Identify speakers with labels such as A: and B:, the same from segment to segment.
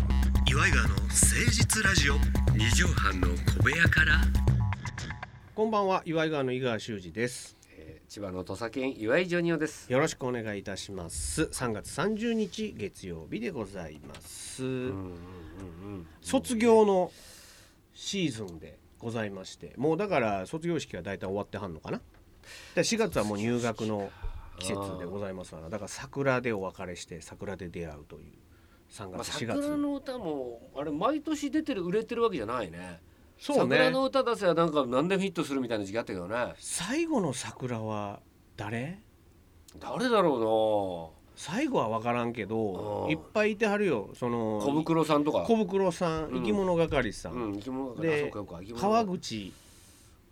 A: イガーの誠実ラジオ
B: 二畳半の小部屋から
A: こんばんは岩井川の井川修司です
B: えー千葉の土佐県岩井ジョニオです。
A: よろしくお願いいたします3月30日月曜日でございます、卒業のシーズンでございましてもうだから卒業式は大体終わってはんのかなで4月はもう入学の季節でございますからだから桜でお別れして桜で出会うという3
B: まあ、
A: 月4
B: 桜
A: 月
B: の歌もあれ毎年出てる売れてるわけじゃないね。
A: そう
B: 桜
A: ね
B: の歌出せばなんか何でもヒットするみたいな時期あったけどね。
A: 最後の桜は誰
B: 誰だろ
A: 最後は分からんけど
B: うん
A: いっぱいいてはるよその
B: うな。小袋さんとか。
A: 小袋さん
B: うん
A: 生き物係さ、
B: うんん、生き物が
A: で
B: そうかそうか。生き物
A: 川口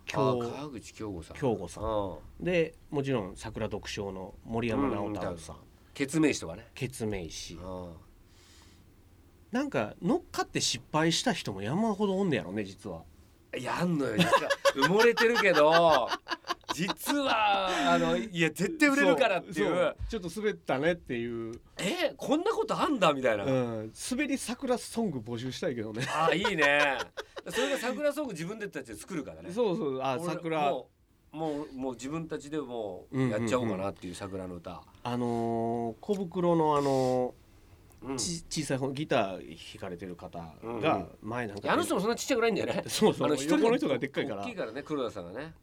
B: あ
A: 京
B: 川口京吾さん。
A: 京吾さん
B: うん。
A: でもちろん桜独唱の森山直太朗さん、
B: 決明とかね。
A: 決明師
B: うん。
A: なんか乗っかって失敗した人も山ほどおんねやろね実は。
B: やんのよ実は埋もれてるけど 実はあのいや絶対売れるからってい
A: そうそちょっと滑ったねっていう、
B: えこんなことあんだみたいな、
A: うん、滑り桜ソング募集したいけど ね
B: あいいねそれが桜ソング自分でたちで作るからね
A: そうそうあ
B: 俺
A: 桜
B: もうもうもう自分たちでもうやっちゃおうかなっていう桜の歌、
A: あのー小袋のあの
B: うん
A: ーち小さい方ギター弾かれてる方
B: うんう
A: が
B: ん
A: 前なんか、
B: あの人もそんなちっちゃくないんだよ ね
A: そうそう
B: あの
A: 横の人がでっかいから
B: 大きいからね黒田さんがね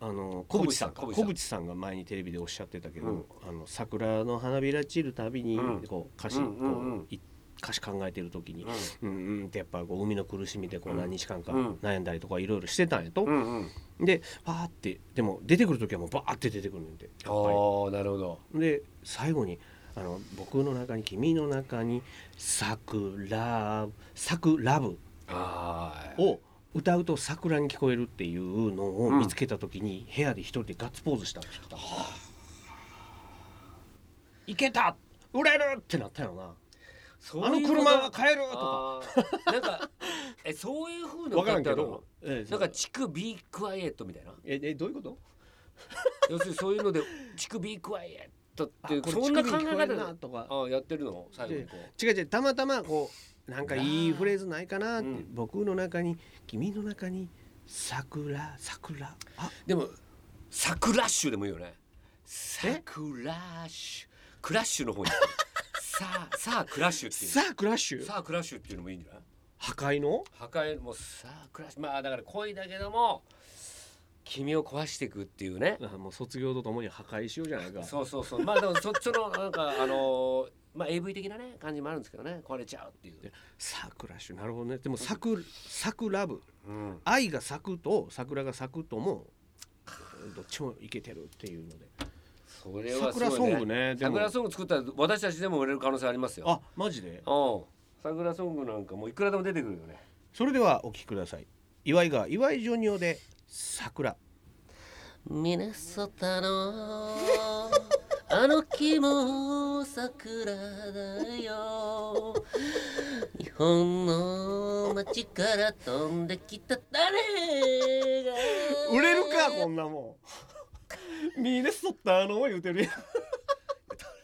A: あの小渕さん
B: 小
A: 小
B: 渕
A: 渕
B: さ
A: さ
B: ん
A: んが前にテレビでおっしゃってたけど、
B: うん
A: あの桜の花びら散るたびに
B: うん
A: こう歌詞、
B: うんうんうん
A: こうい歌詞考えてる時に
B: うん、
A: うんうんってやっぱこう海の苦しみでこ
B: う
A: うん何日間か
B: うん
A: 悩んだりとかいろいろしてたんやと、
B: うんうん
A: でパーってでも出てくる時はもうバーって出てくるんでやっ
B: ああ
A: ぱ
B: ーなるほど
A: りで最後にあの「僕の中に君の中に桜桜部」
B: あー
A: を歌うと桜に聞こえるっていうのを見つけた時に部屋で一人でガッツポーズしたの聞いた、いけた売れるってなったよな
B: そう
A: あの
B: いうこと
A: 車は買えるとか
B: あーなんかえそういう風な
A: 分か
B: 歌
A: ら
B: っ
A: ん
B: てあ
A: け
B: るの
A: どええ
B: なんか地区 Be Quiet みたいな
A: ええどういうこと
B: 要するにそういうので地区 Be Quiet っていう
A: あこれ
B: そんな考
A: 乳
B: え
A: 首に聞こ
B: 方
A: える
B: で
A: なとか
B: あやってるの最後にこ
A: 違う違うたまたまこうなんかいいフレーズないかなって、
B: うん
A: 僕の中に君の中に桜桜あ
B: うでもサクラッシュでもいいよねサクラッシュクラッシュの方にさあさあクラッシュっていう
A: さあクラッシュ
B: さあクラッシュっていうのもいいんじゃない
A: 破壊の
B: 破壊もうさあクラッシュまあだから恋だけども君を壊していくっていうね
A: あもう卒業とともに破壊しようじゃないか
B: そうそうそうまあでもそっちのなんかあのーまあ AV 的なね感じもあるんですけどね壊れちゃうっていう、
A: さあクラッシュなるほどねでも桜桜部
B: うん、
A: 愛が咲くと桜が咲くともどっちもいけてるっていうので
B: それはすごい
A: 桜ソングねでも
B: 桜ソング作ったら私たちでも売れる可能性ありますよ
A: あマジで
B: うん桜ソングなんかもういくらでも出てくるよね
A: それではお聴きください岩井が岩井ジョニオで桜
B: ミネソタのあの木も桜だよ日本の街から飛んできた誰が
A: 売れるかこんなもん ミネソタの言うてるやん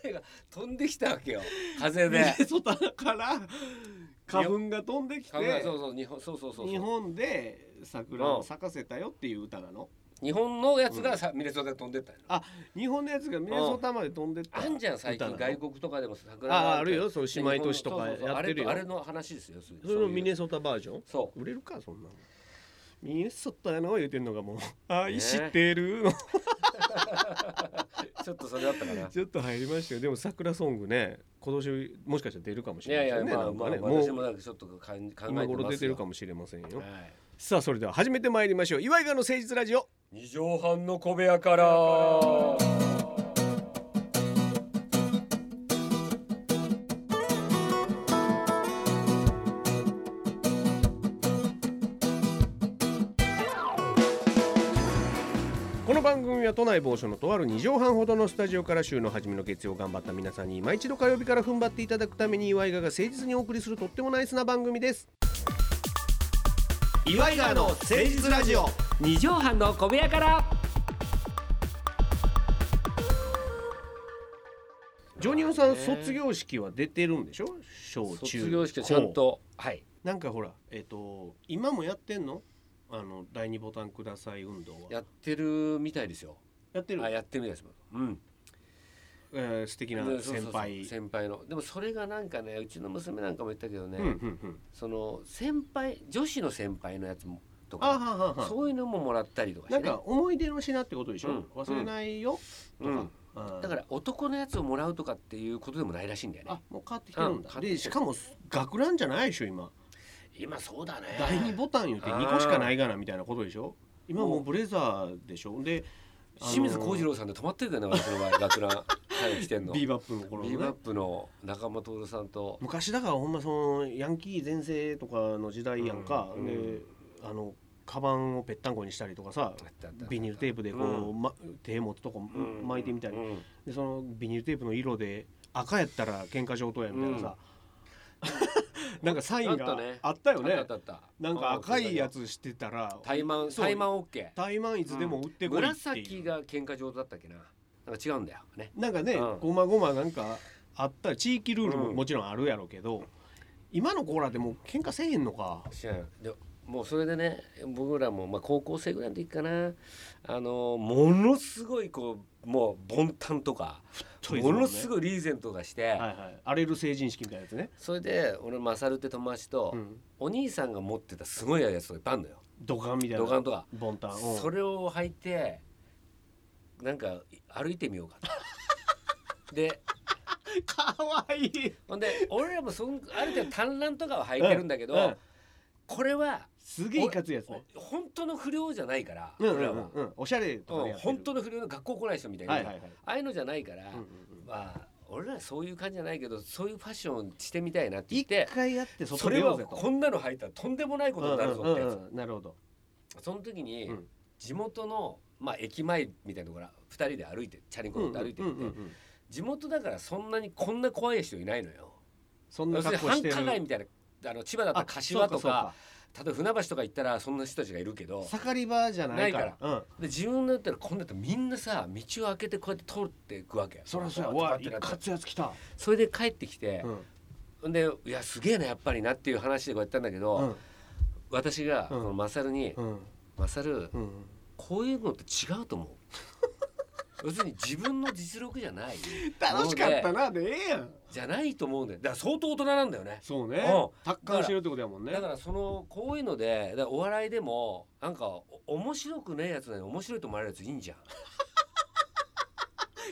B: 誰が飛んできたわけよ風
A: ミ
B: で
A: ネソタから花粉が飛んでき
B: 考え
A: て
B: そうそう日本そうそうそうそう
A: 日本で桜を咲かせたよっていう歌なの
B: 日本のやつがさ、ミネソタで飛んでったんやろ
A: あ日本のやつがミネソタまで飛んでった
B: あんじゃん最
A: 歌
B: 近
A: なの
B: 外国とかでも桜
A: あ
B: が
A: あるよそう姉妹都市とか
B: そうそうそう
A: やってるよ
B: あれとあれの話ですよそ
A: それのミネソタバージョン
B: そ
A: 売れるかそんなのミネソタの言うてんのがもう「愛してる」 の
B: うちょっとそれだった かな
A: ちょっと入りましたよでも桜ソングね今年もしかしたら出るかもし
B: い
A: れな
B: や
A: い
B: い
A: です
B: や
A: よね
B: ま
A: な
B: あ
A: ん
B: まあ
A: かねも
B: 私も
A: う
B: なんかちょっと考え考えてますよ
A: 今頃出てるかもしれませんよ
B: はい
A: さあそれでは始めてまいりましょう岩井川の誠実ラジオ
B: 二畳半の小部屋から
A: この番組は都内某所のとある2畳半ほどのスタジオから週の初めの月曜頑張った皆さんに今一度火曜日から踏ん張っていただくために岩井川が誠実にお送りするとってもナイスな番組です岩井川の誠実ラジオ
B: 二畳半の小部屋から
A: ジョニオさん卒業式は出てるんでしょ小中
B: 卒業式はちゃん
A: 高
B: とはい
A: なんかほらえっ、と今もやってんのあの第二ボタンください運動はや
B: やってるみたいですよ
A: ってる
B: あ、やってるみたいですうん
A: えー、素敵な
B: でそうそう
A: 先
B: そう
A: 輩
B: 先輩のでもそれがなんかねうちの娘なんかも言ったけどね、
A: うんうんうん
B: その先輩女子の先輩のやつもと
A: あ
B: か
A: ははは
B: そういうのももらったりとかし
A: な
B: て、
A: ん
B: ね、
A: か思い出の品ってことでしょ、
B: うん
A: 忘れないよ、
B: うん
A: とか、
B: だから男のやつをもらうとかっていうことでもないらしいんだよね
A: あもう変わってきてるんだ、
B: うん
A: でしかも学ランじゃないでしょ今
B: 今そうだね
A: 第二ボタン言うて
B: あー
A: 2個しかないがなみたいなことでしょ今もうブレザーでしょであのー
B: 清水幸次郎さんで止まってるからね私の場合学ランはい来てんの
A: ビ
B: ビ
A: ーバップの頃
B: ー
A: の
B: バッ
A: ね
B: プの中間徹さんと
A: 昔だからほんまそのヤンキー全盛とかの時代やんか、
B: うん
A: であのカバンをぺったんこにしたりとかさビニールテープでこう、ま、手持つとこ巻いてみたり、
B: うん
A: でそのビニールテープの色で赤やったら喧嘩上等やみたいなさ、 なんかサイン
B: あった
A: が
B: ね
A: あったよね
B: あったあったあった
A: なんか赤いやつしてたら
B: タイマン
A: そう
B: タイマンオッケ
A: タイマンい
B: ー
A: つでも売ってこいってい
B: 紫
A: う、
B: が喧嘩上手だったっけななんか違うんだよね
A: なんかね、
B: うん
A: ごまごまなんかあったり地域ルールも
B: うん
A: もちろんあるやろうけど、今のコーラでもう喧嘩せえへんのか
B: 知らんでもうそれでね僕らもまあ高校生ぐらいの時かなあのものすごいこうもうボンタンとか、ものす
A: い
B: ごいリーゼントがして、
A: はいはい荒れる成人式みたいなやつね、
B: それで俺マサルって友達と、
A: うん、
B: お兄さんが持ってたすごいやつとかいっぱいあるのよ
A: ドカンみたいな
B: 土管とか
A: ボンタンうん
B: それを履いてなんか歩いてみようか とで
A: かわいい
B: ほんで俺らもそんある程度短ランとかは履いてるんだけど、
A: うんうん
B: これは
A: すげえいかついやつね
B: お本当の不良じゃないから、
A: うんうん
B: 俺
A: う
B: ら
A: ん
B: は、
A: うんおしゃれとか
B: う
A: ね
B: ん
A: やってる
B: 本当の不良の学校来ない人みたいな、
A: はいはいはい
B: ああいうのじゃないから、
A: うんうんうん
B: まあ俺らそういう感じじゃないけどそういうファッションしてみたいなって言っ
A: 一
B: て
A: 回やって
B: そ
A: 外出
B: れ
A: よ
B: は
A: うぜと
B: こんなの履いたらとんでもないことになるぞってや
A: う
B: つ、
A: んうんうんなるほど
B: その時に、
A: うん
B: 地元の、まあ、駅前みたいなところから2人で歩いてチャリンコ乗って歩いて
A: うんう
B: る
A: んん
B: で、
A: うんうん
B: 地元だからそんなにこんな怖い人いないのよ。
A: そんな
B: 要する
A: 格
B: に
A: 好して
B: 繁
A: る
B: 華街みたいなあの千葉だったら柏とか例えば船橋とか行ったらそんな人たちがいるけど
A: 盛り場じゃないから
B: ないで自分だったらこんなやったらみんなさ道を開けてこうやって通っていくわけ
A: うん、そりゃそうや
B: わ
A: う
B: ーっ
A: わ
B: て
A: い
B: なって
A: かつやつ来た、
B: それで帰ってきて
A: うん、
B: んでいやすげえなやっぱりなっていう話でこうやったんだけ
A: う
B: ど
A: ん
B: 私が
A: う
B: こ
A: ん
B: のマサルに
A: うん
B: 「マサル
A: うん
B: こういうのって違う と思う」要するに自分の実力じゃない
A: 楽しかったなでええやん
B: じゃないと思うんだよだから相当大人なんだよね
A: そうね
B: うん
A: 達観してるってことやもんね
B: だからそのこういうのでだからお笑いでもなんかお面白くねえやつなのに面白いと思われるやついいんじゃん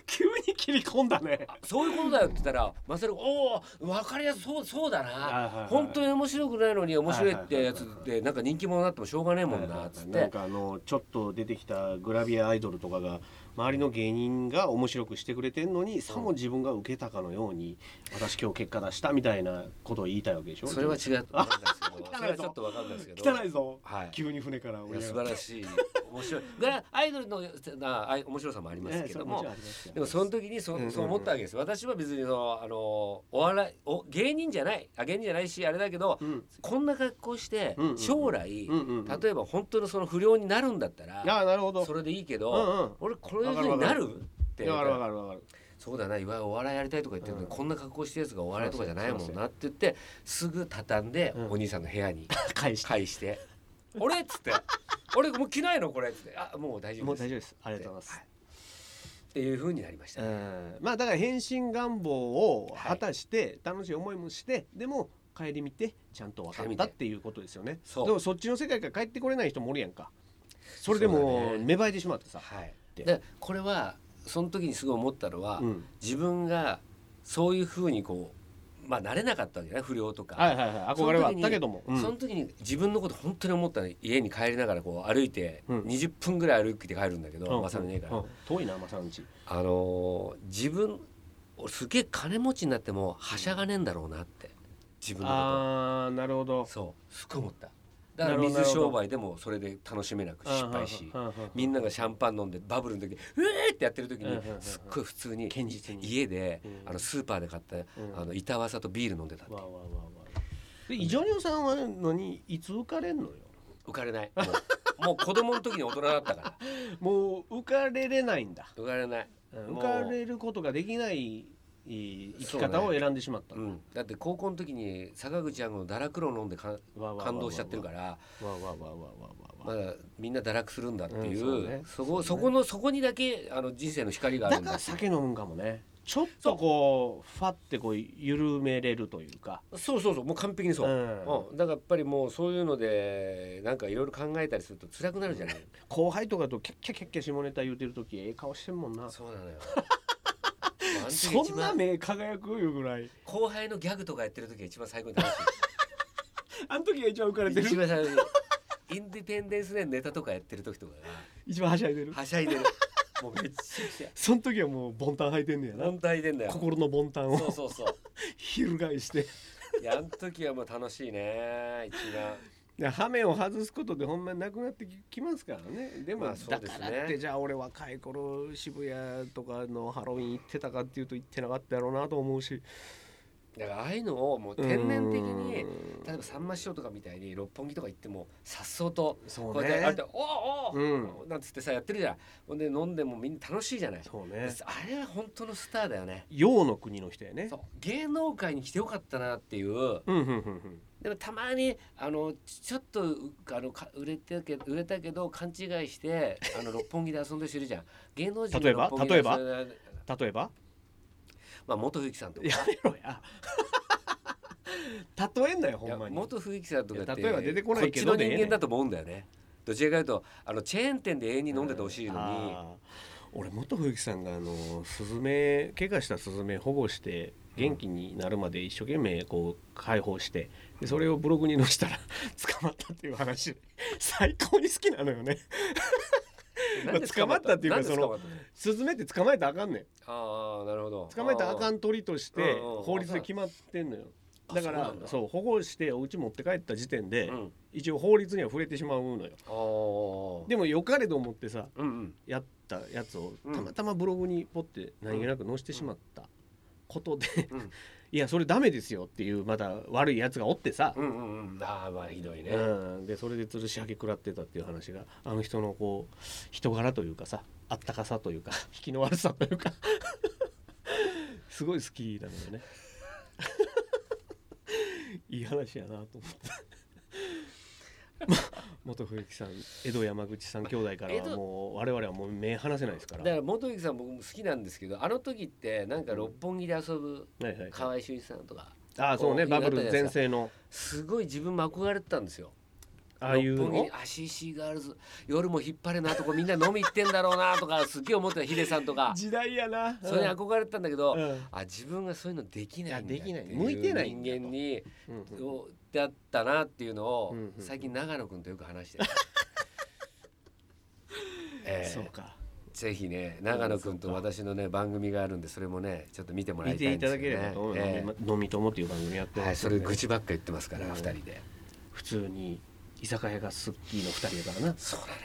A: 急に切り込んだね
B: そういうことだよって言ったらマサルおお分かりやすそうそうだな本当
A: に
B: に面白くないのに面白いってやつってなんか人気者になってもしょうがねえもんなっつっ
A: なん
B: て
A: かあのちょっと出てきたグラビアアイドルとかが周りの芸人が面白くしてくれてんのにさも自分が受けたかのように私今日結果出したみたいなことを言いたいわけでしょ
B: それは違うと思うんですけど
A: あ
B: それはちょっと分かんないですけど
A: 汚いぞ
B: はい
A: 急に船から
B: い
A: 降
B: や
A: り
B: 素
A: 上が
B: 晴
A: る
B: らしい面白いだからアイドルのなあい面白さもあります
A: ええ
B: け
A: それ
B: ど
A: も
B: も
A: ちろんありますよ
B: でもその時
A: うんうん
B: に
A: う
B: そ
A: ん
B: そう思ったわけですよ私は別にそのあのお笑いお芸人じゃないあ芸人じゃないしあれだけど
A: うん
B: こんな格好して
A: うんうん
B: 将来
A: うんうんうん
B: 例えば本当のその不良になるんだったら
A: ああなるほど
B: それでいいけ
A: うん
B: ど、
A: うん
B: 俺こういう風になるって言
A: わ
B: わ
A: かるわか
B: れたら
A: るわかる
B: そうだな岩井お笑いやりたいとか言ってるのに、
A: うん
B: こんな格好してるやつがお笑いとかじゃないも
A: そ
B: ん
A: うそ
B: なって言ってすぐ畳んで、
A: うん
B: お兄さんの部屋に
A: 返して
B: 返して「 俺」っつって「俺もう着ないのこれ」っつって「あもう大丈
A: も
B: 夫
A: う
B: で
A: 大
B: す」
A: 丈夫
B: っ
A: ですありがとうございます、
B: ていう風になりました、
A: うんまあだから変身願望を
B: はい
A: 果たして楽しい思いもして、でも帰り見てちゃんと分かったっていうことですよね
B: そう
A: でもそっちの世界から帰ってこれない人もおるやんかそれでも
B: そう
A: う
B: だね
A: 芽生えてしまってさ
B: はい、
A: で
B: でこれはその時にすごい思ったのは、
A: うん
B: 自分がそういう風にこうまあなれなかったわけね不良とか、
A: はいはいはい憧れはあったけども、うん
B: その時に自分のこと本当に思ったの家に帰りながらこう歩いて
A: うん
B: 20分ぐらい歩いて帰るんだけ
A: う
B: ど、
A: ん
B: まさみねえから、
A: うん遠いなまさんち
B: あのー自分俺すげえ金持ちになってもはしゃがねえんだろうなって自分の
A: あーなるほ
B: こ
A: ど
B: とそうすっごい思っただから
A: なるほど
B: 水商売でもそれで楽しめなく失敗し
A: うんうんうんうん
B: みんながシャンパン飲んでバブルの時に「うえー!」ってやってる時
A: うんう
B: に
A: んうんうん
B: すっごい普通に
A: 堅実に
B: 家で
A: うん
B: あのスーパーで買ったあの板わさとビール飲んでたって
A: わわわわでイジョニオさんはのにいつ浮かれんのよ
B: 浮かれないもうもう子供の時に大人だったから
A: もう浮かれれないんだ
B: 浮かれない
A: うん
B: もう
A: 浮かれることができないい生き方を選んでしまった、
B: うん、だって高校の時に坂口あんの堕落論飲んでか
A: わわわわわ
B: 感動しちゃってるから
A: わわわわわわわわ
B: まだみんな堕落するんだっていう,、
A: うん
B: そ
A: そうね
B: こそこのそこにだけあの人生の光があ
A: だ
B: るん
A: か
B: だ
A: ら酒飲むんかもねちょっとこうファってこう緩めれるというか
B: そうそうそうもう完璧にそう、
A: うん
B: うんだからやっぱりもうそういうのでなんかいろいろ考えたりすると辛くなるじゃない、
A: 後輩とかとキャッキャキャッキャ下ネタ言うてる時ええ顔してんもんな
B: そうなのよ
A: そ
B: そ
A: んな目輝くいうぐらい
B: 後輩のギャグとかやってる時が一番最高に楽し
A: あの時が一番浮かれて
B: い一
A: る
B: 番最高にインディペンデンスでネタとかやってる時とか
A: 一番はしゃいでる
B: がはしゃ いでるもうめっちゃくちゃ
A: その時はもうボンタン履いてんねやな
B: 本当はいでんだよ
A: 心のボンタン
B: そう
A: を
B: そうそう
A: 翻して
B: いやあの時はもう楽しいね一番
A: で羽目を外すことでほんまになくなってききますからねでも、
B: まあそう
A: だ
B: です
A: か
B: ね
A: らってじゃあ俺若い頃渋谷とかのハロウィン行ってたかっていうと行ってなかったやろうなと思うし
B: だからああいうのをもう天然的に
A: うん
B: 例えばさんま師匠とかみたいに六本木とか行ってもさっそうと
A: そ
B: こ
A: う
B: うやってあれ
A: ね
B: で「おおお
A: う
B: うなんつってさやってるじゃんほんで飲んでもみんな楽しいじゃない
A: そうね
B: あれは本当のスターだよね
A: 洋の国の人やね
B: そう芸能界に来てよかったなっていう
A: うんうんうんうん
B: でもたまにあのちちょっとうあのか売れてけ売れたけど勘違いしてあの六本木で遊んでる人いるじゃん芸能人の
A: 例えば
B: 六本木で遊んで
A: 例えば
B: まあ元冬樹さんとか
A: やめろや 例えんなよほ
B: いや
A: んまに
B: 元冬樹さんとかって
A: いや例えば出てこないけど
B: こっち
A: でえ
B: の
A: えねん
B: 人間だと思うんだよねどちらかというとあのチェーン店で永遠に飲んでてほしいのに、
A: あー俺元冬樹さんがあのスズメ怪我したスズメ保護して元気になるまで一生懸命こう解放してでそれをブログに載せたら 捕まったっていう話最高に好きなのよね
B: なんで
A: 捕まったっていうか
B: なんで
A: その
B: 捕まったの
A: スズメって捕まえたらあかんねん
B: ああなるほど
A: 捕まえたらあか
B: ん
A: ん鳥として
B: うんうんうん
A: 法律で決まってんのよ
B: あ
A: だから
B: そうなんだ
A: そう保護してお家持って帰った時点で
B: うん
A: 一応法律には触れてしまうのよ
B: あー
A: でもよかれと思ってさ
B: うんうん
A: やったやつを
B: うん
A: たまたまブログにポって何気なく載せてしまったことで、
B: うん
A: いやそれダメですよっていうまた悪いやつがおってさ、
B: うんうんうんああまあひどいね、
A: うん、でそれで吊るし上げ食らってたっていう話があの人のこう人柄というかさあったかさというか 引きの悪さというか すごい好きなのよね いい話やなと思って。 ま元冬木さん江戸山口さん兄弟からはもう我々はもう目離せないですから。
B: だから元幸さん僕も好きなんですけどあの時ってなんか六本木で遊ぶ
A: はいはいはい、
B: 河合俊一さんとか
A: ああそうね
B: こう
A: バブル全盛の
B: すごい自分も憧れてたんですよ。
A: ああいう
B: 六本木
A: の
B: にアシシガールズ夜も引っ張れなとこみんな飲み行ってんだろうなとかすっげえ思ってたヒデさん とか
A: 時代やな
B: それに憧れてたんだけど、
A: うん
B: あ自分がそういうのできないんだ
A: いやできない
B: ってう
A: 向いてないんだと
B: 人間に
A: うんうん
B: をだったなっていうのを
A: うんうんうん
B: 最近長野くんとよく話 してる。ええ
A: そうか
B: ぜひね長野くんと私のね番組があるんでそれもねちょっと見てもら
A: 見
B: いた
A: てい
B: いんで
A: ただ
B: すよ
A: ければ
B: ね
A: と思う、
B: え
A: 飲み友っていう番組やってま
B: え。
A: す
B: はいそれ
A: んで
B: 愚痴ばっか言ってますから
A: うん
B: 二人で。
A: 普通に居酒屋がスッキーの二人やからな
B: そ うなの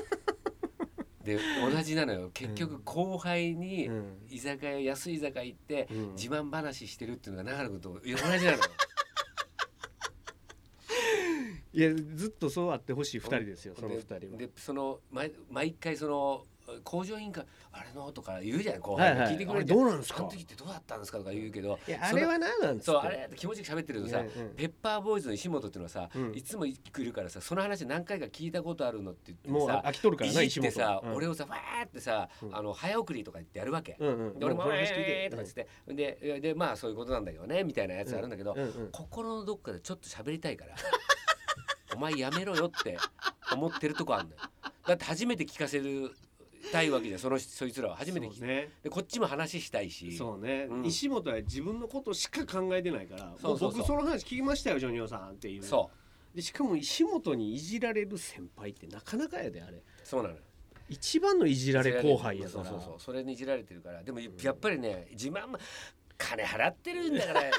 B: よで同じなのよ結局後輩に
A: うん
B: 居酒屋安い居酒屋行って
A: うん
B: 自慢話してるっていうのが長野君と同じなのよ
A: いやずっとそうあってほしい二人ですよその
B: で
A: 二人は
B: でその毎毎回その工場委員会あれのとか言うじゃない後輩
A: はい
B: が
A: はい
B: 聞いてくれるじゃ
A: あれどうなんですか
B: あの時ってどうだったんですかとか言うけど
A: いやあれはななんつって
B: そうあれって気持ちよく喋ってるとさ、
A: うんうん
B: ペッパーボーイズの石本っていうのはさ、
A: うん
B: いつもいるからさその話何回か聞いたことあるのって言ってさ
A: もう飽きとるからない
B: じってさ、
A: うん
B: 俺をさわーってさ、
A: うん
B: あの早送りとか言ってやるわけ、
A: うんうん
B: で俺も「
A: こ
B: え
A: れ
B: ー
A: して
B: えー」とか言ってでででまあそういうことなんだけどねみたいなやつあるんだけど、
A: うんうん
B: 心のどっかでちょっと喋りたいから お前やめろよって思ってるとこあんのよだって初めて聞かせるたいわけじゃんそのそいつらは初めて聞
A: そ
B: き、
A: うね
B: でこっちも話したいし
A: そうね、
B: うん
A: 石本は自分のことしか考えてないから
B: そう
A: も
B: そうそう
A: う僕その話聞きましたよジョニオさんっていう
B: そう
A: でしかも石本にいじられる先輩ってなかなかやであれ
B: そうなのよ
A: 一番のいじられ後輩やから
B: そうそうそうそれにいじられてるからでもやっぱりね自慢も金払ってるんだからいい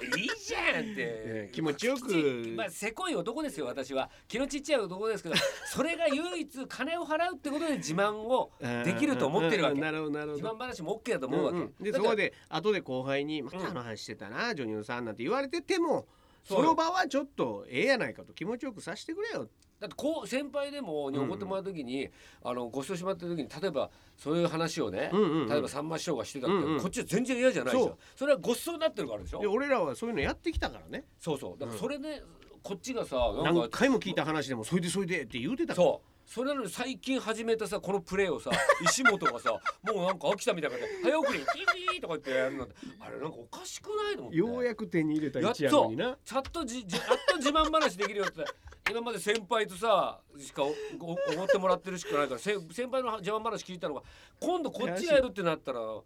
B: じ ゃ
A: え
B: んって
A: え気持ちよく
B: まあせこい男ですよ私は気のちっちゃい男ですけどそれが唯一金を払うってことで自慢をできると思ってるわ
A: うん
B: け
A: なるほどなるほ
B: 自
A: ど
B: 慢話も OK だと思うわけ、
A: うんうんで
B: だ
A: そ
B: から
A: こで後で後輩に「ま
B: うん
A: たあの話してたな、女優さん」なんて言われてても
B: そうよ
A: その場はちょっとええやないかと気持ちよくさせてくれよっ
B: だってこう先輩でもに怒ってもらう時に、あのご馳走してもらった時に例えばそういう話をね、
A: うんうんうん
B: 例えばさんま師匠がしてたって、
A: うんうん
B: こっちは全然嫌じゃないじゃん
A: そう
B: それはご馳走になってるからでしょ
A: で俺らはそういうのやってきたからね
B: そうそうだからそれで、こっちがさなんか
A: 何回も聞いた話でも「それでそれで」って言うてたから
B: そうそれなのに最近始めたさこのプレーを さ石本がさもうなんか飽きたみたいな感じで「早送りピーピー」とか言ってやるのってあれなんかおかしくないの
A: よう
B: く
A: やく手に入れた
B: やっ
A: 一夜のにな
B: とちゃんとじじやっと自慢話できるよって今まで先輩とさしかおお思ってもらってるしかないからせ先輩の自慢話聞いたのが今度こっちがやるってなったらど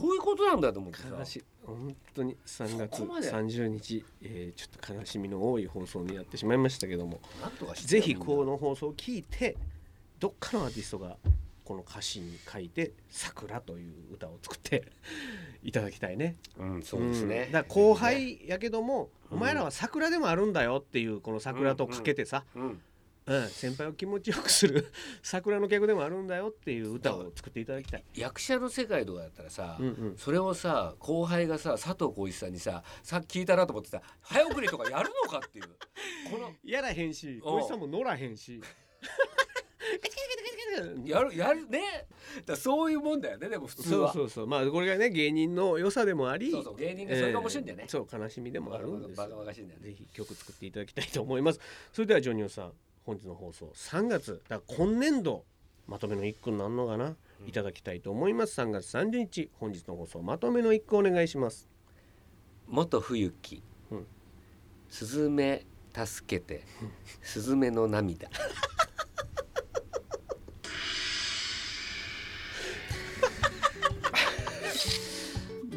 B: ういうことなんだと思ってさ
A: 悲しい本当に3月
B: そこまで
A: 30日、えーちょっと悲しみの多い放送になってしまいましたけども
B: なんとかして
A: ぜひこの放送を聞いてどっかのアーティストがこの歌詞に書いて「桜」という歌を作っていただきたいね。
B: うんそうですね、
A: んだから後輩やけども、お前らは桜でもあるんだよっていうこの桜とかけてさ、
B: うん
A: うん先輩を気持ちよくする桜の曲でもあるんだよっていう歌を作っていただきたい。
B: 役者の世界とかだったらさ、
A: うんうん
B: それをさ後輩がさ佐藤浩市さんにささっき聞いたなと思ってた早送りとかやるのかっていうこの
A: やらへんし、
B: おう
A: おじさんも乗らへんし。
B: やるやるねだからそういうもんだよねでも普通
A: そう
B: は
A: そうそうまあこれがね芸人の良さでもあり
B: そうそう芸人がそれが面白いんだよね
A: えーそう悲しみでもあるんです
B: バカバカしいんだよね
A: ぜひ曲作っていただきたいと思いますそれではジョニオさん本日の放送3月だから今年度まとめの一句になるのかな、いただきたいと思います3月30日本日の放送まとめの一句お願いします
B: 元冬木、
A: うん
B: スズメ助けてスズメの涙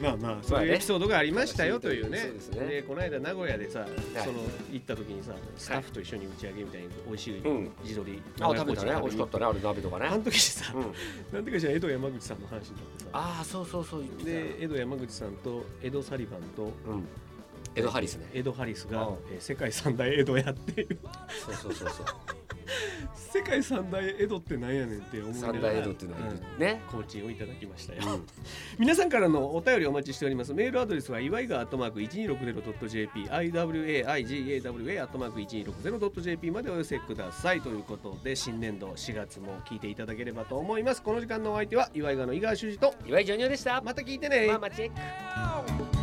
A: まあまあ
B: ま
A: そ
B: あ
A: う
B: ね
A: いうエピソードがありましたよというね,、
B: そうですね
A: この間名古屋でさ、その行った時にさスタッフと一緒に打ち上げみたいに美味しい
B: うん
A: 地鶏、名
B: あ
A: 古屋
B: 食べ
A: コーチ
B: た
A: ン
B: ね美味しかったねあれ鍋とか
A: あの
B: ね、
A: 時さ、
B: うん、
A: なんていうかしら江戸山口さんの話になってさ
B: ああそうそうそう言ってた
A: で江戸山口さんと江戸サリバンと
B: うんエドハリスね
A: 江戸ハリスが
B: うん、
A: えー世界三大江戸やっていう
B: そうそうそうそう
A: 世界三大江戸ってなんやねんって思いながら
B: 三大江戸っていうのは
A: うん
B: ね、
A: コーチンをいただきましたよ、
B: うん
A: 皆さんからのお便りお待ちしておりますメールアドレスは岩井川アットマーク 1260.jp iwaigawa アットマーク 1260.jp までお寄せくださいということで新年度4月も聞いていただければと思いますこの時間のお相手は岩井川の井川修司と
B: 岩井ジョニオでした
A: また聞いてね
B: ママチェック
C: Thank